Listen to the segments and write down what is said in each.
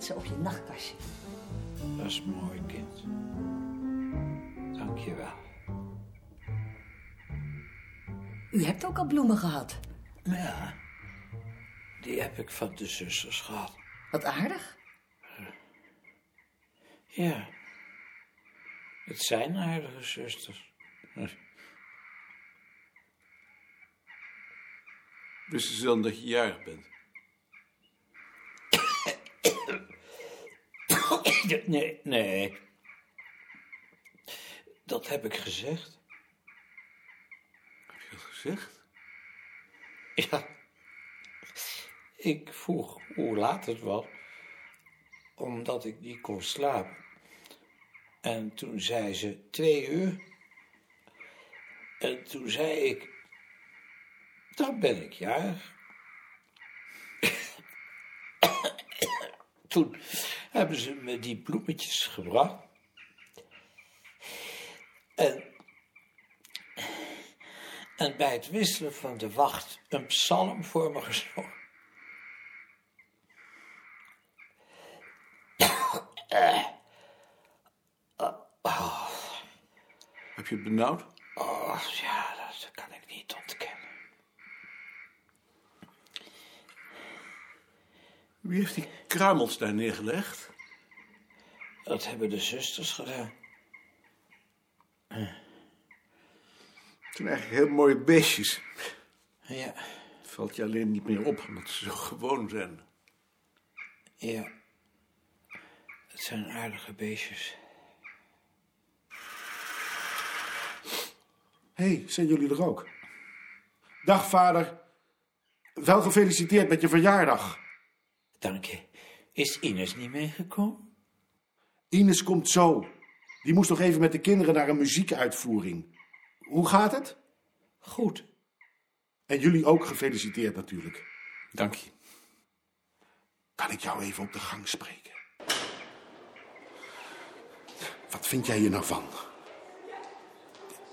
ze op je nachtkastje. Dat is mooi, kind. Dank je wel. U hebt ook al bloemen gehad. Ja, die heb ik van de zusters gehad. Wat aardig. Ja, het zijn aardige zusters. Wisten ze dan dat je jarig bent? Nee, nee. Dat heb ik gezegd. Heb je dat gezegd? Ja. Ik vroeg hoe laat het was, omdat ik niet kon slapen. En toen zei ze twee uur. En toen zei ik, dan ben ik jarig. toen hebben ze me die bloemetjes gebracht. En en bij het wisselen van de wacht een psalm voor me gezongen. Heb je het benauwd? Oh, ja, dat kan ik niet ontkennen. Wie heeft die kruimels daar neergelegd? Dat hebben de zusters gedaan. Het zijn eigenlijk heel mooie beestjes. Ja, Het valt je alleen niet meer op, omdat ze zo gewoon zijn. ja. Het zijn aardige beestjes. Hé, hey, zijn jullie er ook? Dag, vader. Wel gefeliciteerd met je verjaardag. Dank je. Is Ines niet meegekomen? Ines komt zo. Die moest nog even met de kinderen naar een muziekuitvoering. Hoe gaat het? Goed. En jullie ook gefeliciteerd natuurlijk. Dank je. Kan ik jou even op de gang spreken? Wat vind jij hier nou van?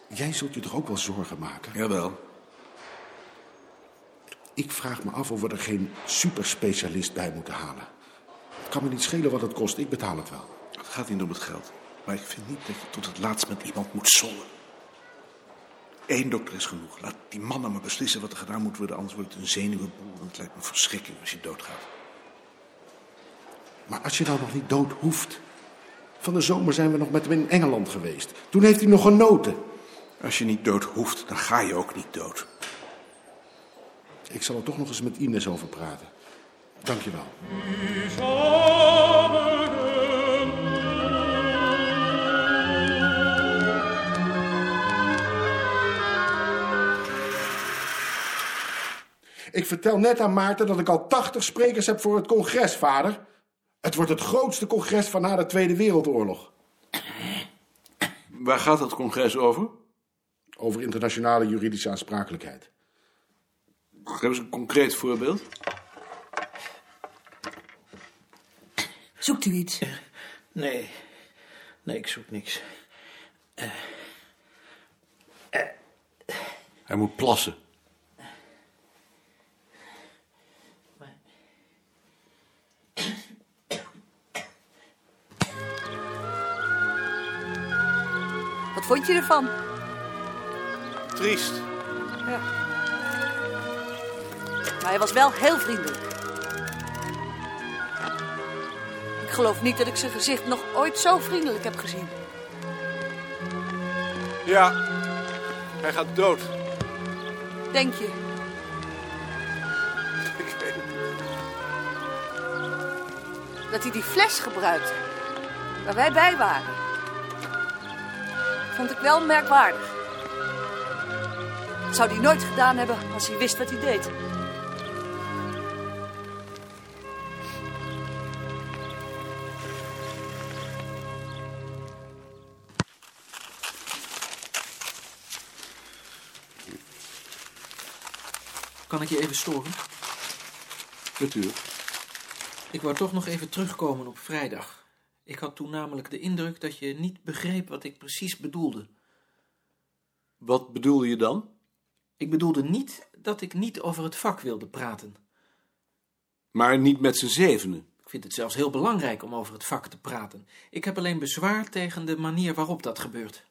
Jij zult je toch ook wel zorgen maken? Jawel. Ik vraag me af of we er geen superspecialist bij moeten halen. Het kan me niet schelen wat het kost, ik betaal het wel. Het gaat niet om het geld. Maar ik vind niet dat je tot het laatst met iemand moet zollen. Eén dokter is genoeg. Laat die mannen maar beslissen wat er gedaan moet worden. Anders wordt het een zenuwenboel. En het lijkt me verschrikking als je doodgaat. Maar als je nou nog niet dood hoeft. Van de zomer zijn we nog met hem in Engeland geweest. Toen heeft hij nog genoten. Als je niet dood hoeft, dan ga je ook niet dood. Ik zal er toch nog eens met Ines over praten. Dank je wel. Ik vertel net aan Maarten dat ik al 80 sprekers heb voor het congres, vader. Het wordt het grootste congres van na de Tweede Wereldoorlog. Waar gaat dat congres over? Over internationale juridische aansprakelijkheid. Hebben ze een concreet voorbeeld? Zoekt u iets? Nee. Nee, ik zoek niks. Hij moet plassen. Wat vond je ervan? Triest. Maar hij was wel heel vriendelijk. Ik geloof niet dat ik zijn gezicht nog ooit zo vriendelijk heb gezien. Ja, hij gaat dood. Denk je? Ik weet het. Dat hij die fles gebruikte. Waar wij bij waren. Vond ik wel merkwaardig. Dat zou hij nooit gedaan hebben als hij wist wat hij deed. Kan ik je even storen? Natuurlijk. Ik wou toch nog even terugkomen op vrijdag. Ik had toen namelijk de indruk dat je niet begreep wat ik precies bedoelde. Wat bedoelde je dan? Ik bedoelde niet dat ik niet over het vak wilde praten. Maar niet met z'n zevenen. Ik vind het zelfs heel belangrijk om over het vak te praten. Ik heb alleen bezwaar tegen de manier waarop dat gebeurt.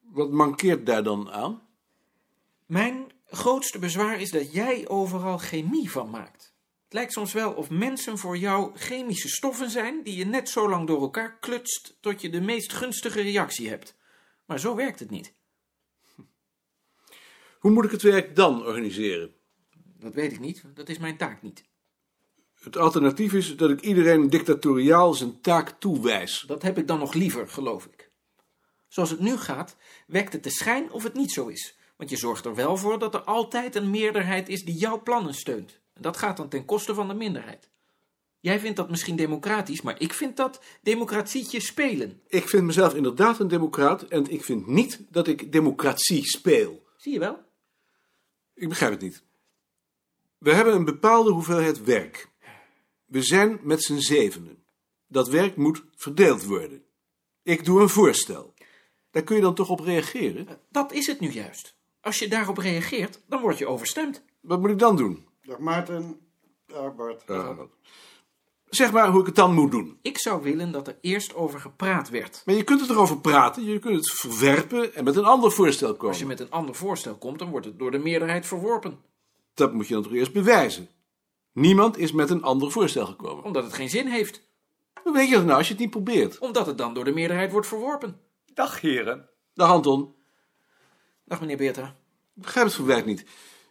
Wat mankeert daar dan aan? Mijn grootste bezwaar is dat jij overal chemie van maakt. Het lijkt soms wel of mensen voor jou chemische stoffen zijn die je net zo lang door elkaar klutst tot je de meest gunstige reactie hebt. Maar zo werkt het niet. Hoe moet ik het werk dan organiseren? Dat weet ik niet, dat is mijn taak niet. Het alternatief is dat ik iedereen dictatoriaal zijn taak toewijs. Dat heb ik dan nog liever, geloof ik. Zoals het nu gaat, wekt het de schijn of het niet zo is. Want je zorgt er wel voor dat er altijd een meerderheid is die jouw plannen steunt. En dat gaat dan ten koste van de minderheid. Jij vindt dat misschien democratisch, maar ik vind dat democratietje spelen. Ik vind mezelf inderdaad een democraat en ik vind niet dat ik democratie speel. Zie je wel? Ik begrijp het niet. We hebben een bepaalde hoeveelheid werk. We zijn met z'n zevenen. Dat werk moet verdeeld worden. Ik doe een voorstel. Daar kun je dan toch op reageren? Dat is het nu juist. Als je daarop reageert, dan word je overstemd. Wat moet ik dan doen? Dag Maarten. Dag Bart. Zeg maar hoe ik het dan moet doen. Ik zou willen dat er eerst over gepraat werd. Maar je kunt het erover praten, je kunt het verwerpen en met een ander voorstel Als je komen. met een ander voorstel komt, dan wordt het door de meerderheid verworpen. Dat moet je dan toch eerst bewijzen. Niemand is met een ander voorstel gekomen. Omdat het geen zin heeft. Hoe weet je dat nou als je het niet probeert? Omdat het dan door de meerderheid wordt verworpen. Dag heren. Dag Anton, Dag meneer Beerta. ik begrijp het verwijt niet.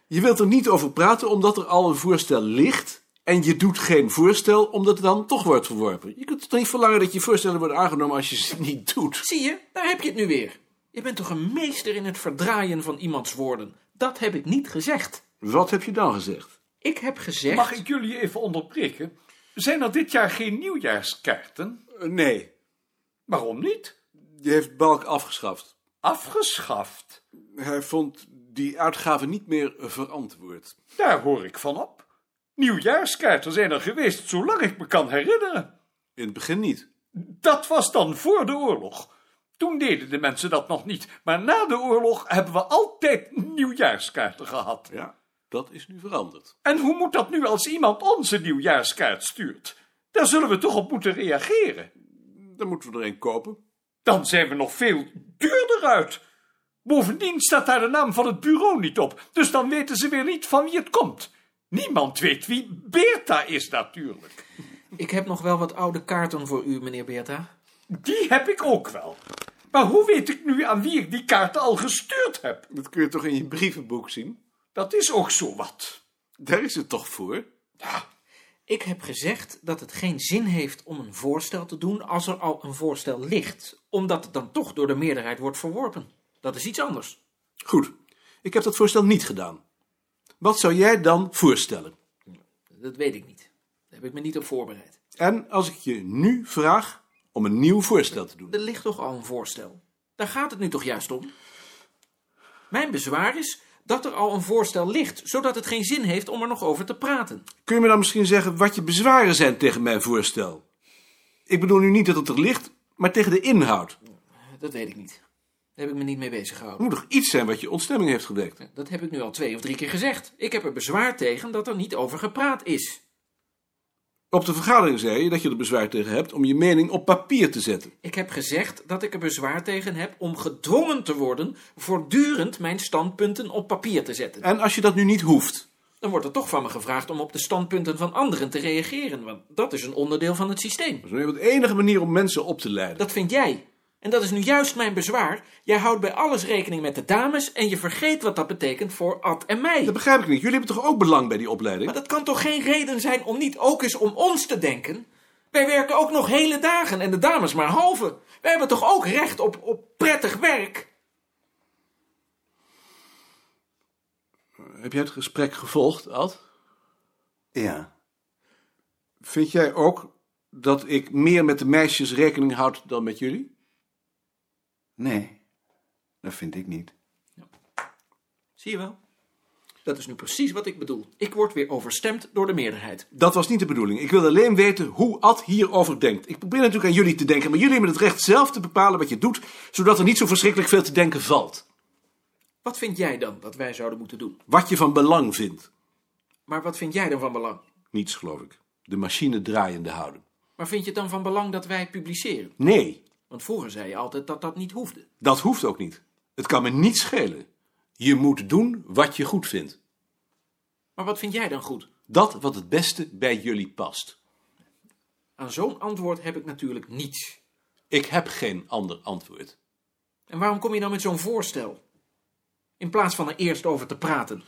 Je wilt er niet over praten omdat er al een voorstel ligt... en je doet geen voorstel omdat het dan toch wordt verworpen. Je kunt toch niet verlangen dat je voorstellen worden aangenomen als je ze niet doet? Zie je, daar heb je het nu weer. Je bent toch een meester in het verdraaien van iemands woorden. Dat heb ik niet gezegd. Wat heb je dan gezegd? Ik heb gezegd... Mag ik jullie even onderbreken? Zijn er dit jaar geen nieuwjaarskaarten? Eh, nee, Waarom niet? die heeft Balk afgeschaft. Afgeschaft. Hij vond die uitgave niet meer verantwoord. Daar hoor ik van op. Nieuwjaarskaarten zijn er geweest zolang ik me kan herinneren. In het begin niet. Dat was dan voor de oorlog. Toen deden de mensen dat nog niet, maar na de oorlog hebben we altijd nieuwjaarskaarten gehad. Ja, dat is nu veranderd. En hoe moet dat nu als iemand ons een nieuwjaarskaart stuurt? Daar zullen we toch op moeten reageren. Dan moeten we er een kopen. Dan zijn we nog veel duurder uit. Bovendien staat daar de naam van het bureau niet op, dus dan weten ze weer niet van wie het komt. Niemand weet wie Beerta is natuurlijk. Ik heb nog wel wat oude kaarten voor u, meneer Beerta. Die heb ik ook wel. Maar hoe weet ik nu aan wie ik die kaarten al gestuurd heb? Dat kun je toch in je brievenboek zien? Dat is ook zo wat. Daar is het toch voor? Ik heb gezegd dat het geen zin heeft om een voorstel te doen als er al een voorstel ligt. Omdat het dan toch door de meerderheid wordt verworpen. Dat is iets anders. Goed, ik heb dat voorstel niet gedaan. Wat zou jij dan voorstellen? Dat weet ik niet. Daar heb ik me niet op voorbereid. En als ik je nu vraag om een nieuw voorstel te doen? Er ligt toch al een voorstel? Daar gaat het nu toch juist om? Mijn bezwaar is dat er al een voorstel ligt, zodat het geen zin heeft om er nog over te praten. Kun je me dan misschien zeggen wat je bezwaren zijn tegen mijn voorstel? Ik bedoel nu niet dat het er ligt, maar tegen de inhoud. Dat weet ik niet. Daar heb ik me niet mee bezig Er gehouden. moet toch iets zijn wat je ontstemming heeft gewekt? Dat heb ik nu al twee of drie keer gezegd. Ik heb er bezwaar tegen dat er niet over gepraat is. Op de vergadering zei je dat je er bezwaar tegen hebt om je mening op papier te zetten. Ik heb gezegd dat ik er bezwaar tegen heb om gedwongen te worden voortdurend mijn standpunten op papier te zetten. En als je dat nu niet hoeft, Dan wordt er toch van me gevraagd om op de standpunten van anderen te reageren, want dat is een onderdeel van het systeem. Dat is nou eenmaal de enige manier om mensen op te leiden. Dat vind jij. En dat is nu juist mijn bezwaar. Jij houdt bij alles rekening met de dames en je vergeet wat dat betekent voor Ad en mij. Dat begrijp ik niet. Jullie hebben toch ook belang bij die opleiding? Maar dat kan toch geen reden zijn om niet ook eens om ons te denken? Wij werken ook nog hele dagen en de dames maar halve. Wij hebben toch ook recht op, op prettig werk? Heb jij het gesprek gevolgd, Ad? Ja. Vind jij ook dat ik meer met de meisjes rekening houd dan met jullie? Nee. Dat vind ik niet. Zie je wel? Dat is nu precies wat ik bedoel. Ik word weer overstemd door de meerderheid. Dat was niet de bedoeling. Ik wil alleen weten hoe Ad hierover denkt. Ik probeer natuurlijk aan jullie te denken, maar jullie hebben het recht zelf te bepalen wat je doet, zodat er niet zo verschrikkelijk veel te denken valt. Wat vind jij dan dat wij zouden moeten doen? Wat je van belang vindt. Maar wat vind jij dan van belang? Niets, geloof ik. de machine draaiende houden. Maar vind je het dan van belang dat wij publiceren? Nee, Want vroeger zei je altijd dat dat niet hoefde. dat hoeft ook niet. Het kan me niet schelen. Je moet doen wat je goed vindt. Maar wat vind jij dan goed? Dat wat het beste bij jullie past. Aan zo'n antwoord heb ik natuurlijk niets. Ik heb geen ander antwoord. En waarom kom je dan met zo'n voorstel? In plaats van er eerst over te praten.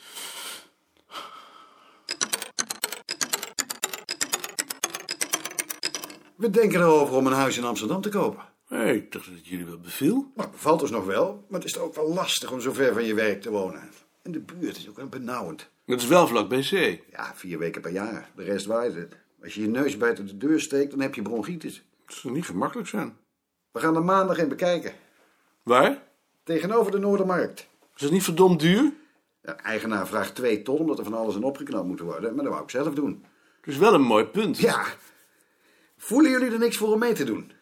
We denken erover om een huis in Amsterdam te kopen. Nee, ik dacht dat het jullie wel beviel. Nou, bevalt ons nog wel, maar het is ook wel lastig om zo ver van je werk te wonen. En de buurt is ook wel benauwend. Het is wel vlak bij zee. Ja, vier weken per jaar. De rest waait het. Als je je neus buiten de deur steekt, dan heb je bronchitis. Het zal niet gemakkelijk zijn. We gaan er maandag in bekijken. Waar? Tegenover de Noordermarkt. Is het niet verdomd duur? De eigenaar vraagt Nou, twee ton omdat er van alles aan opgeknapt moet worden. Maar dat wou ik zelf doen. Het is wel een mooi punt. Ja. Voelen jullie er niks voor om mee te doen?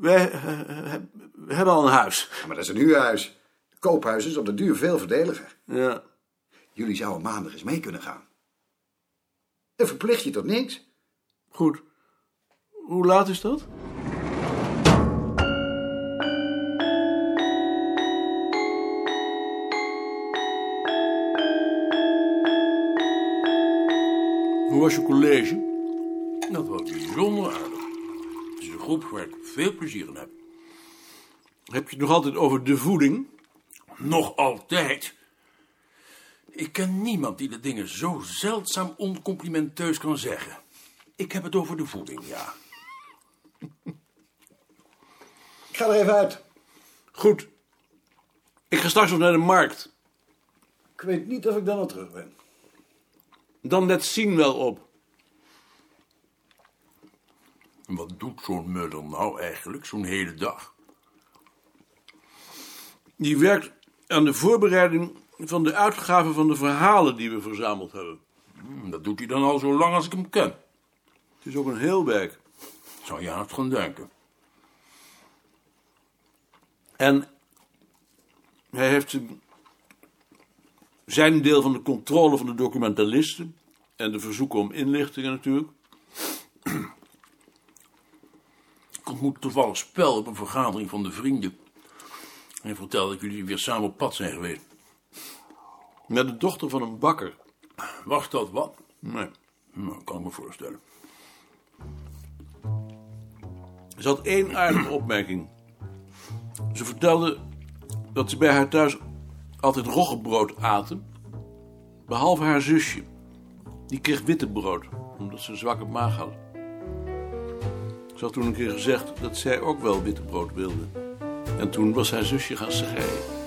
Wij eh, heb- hebben al een huis. Ja, maar dat is een huurhuis. Koophuis is op de duur veel voordeliger. Ja. Jullie zouden maandag eens mee kunnen gaan. Dat verplicht je tot niks. Goed. Hoe laat is dat? Hoe was je college? Dat was bijzonder aardig. Het is een groep waar ik veel plezier in heb. Heb je het nog altijd over de voeding? Nog altijd. Ik ken niemand die de dingen zo zeldzaam oncomplimenteus kan zeggen. Ik heb het over de voeding, ja. Ik ga er even uit. Goed. Ik ga straks nog naar de markt. Ik weet niet of ik dan al terug ben. Dan let zien wel op. En wat doet zo'n muddel nou eigenlijk, zo'n hele dag? Die werkt aan de voorbereiding van de uitgave van de verhalen die we verzameld hebben. Hm, Dat doet hij dan al zo lang als ik hem ken. Het is ook een heel werk. Zou je haast gaan denken. En hij heeft zijn deel van de controle van de documentalisten en de verzoeken om inlichtingen natuurlijk. Ik ontmoet toevallig Spel op een vergadering van de vrienden. Hij vertelde dat jullie weer samen op pad zijn geweest. Met de dochter van een bakker. Was dat wat? Nee. Nou, kan ik me voorstellen. Ze had één aardige opmerking. Ze vertelde dat ze bij haar thuis altijd roggebrood aten, behalve haar zusje. Die kreeg witte brood, omdat ze een zwakke maag had. Ze had toen een keer gezegd dat zij ook wel witte brood wilde. En toen was haar zusje gaan schrijven.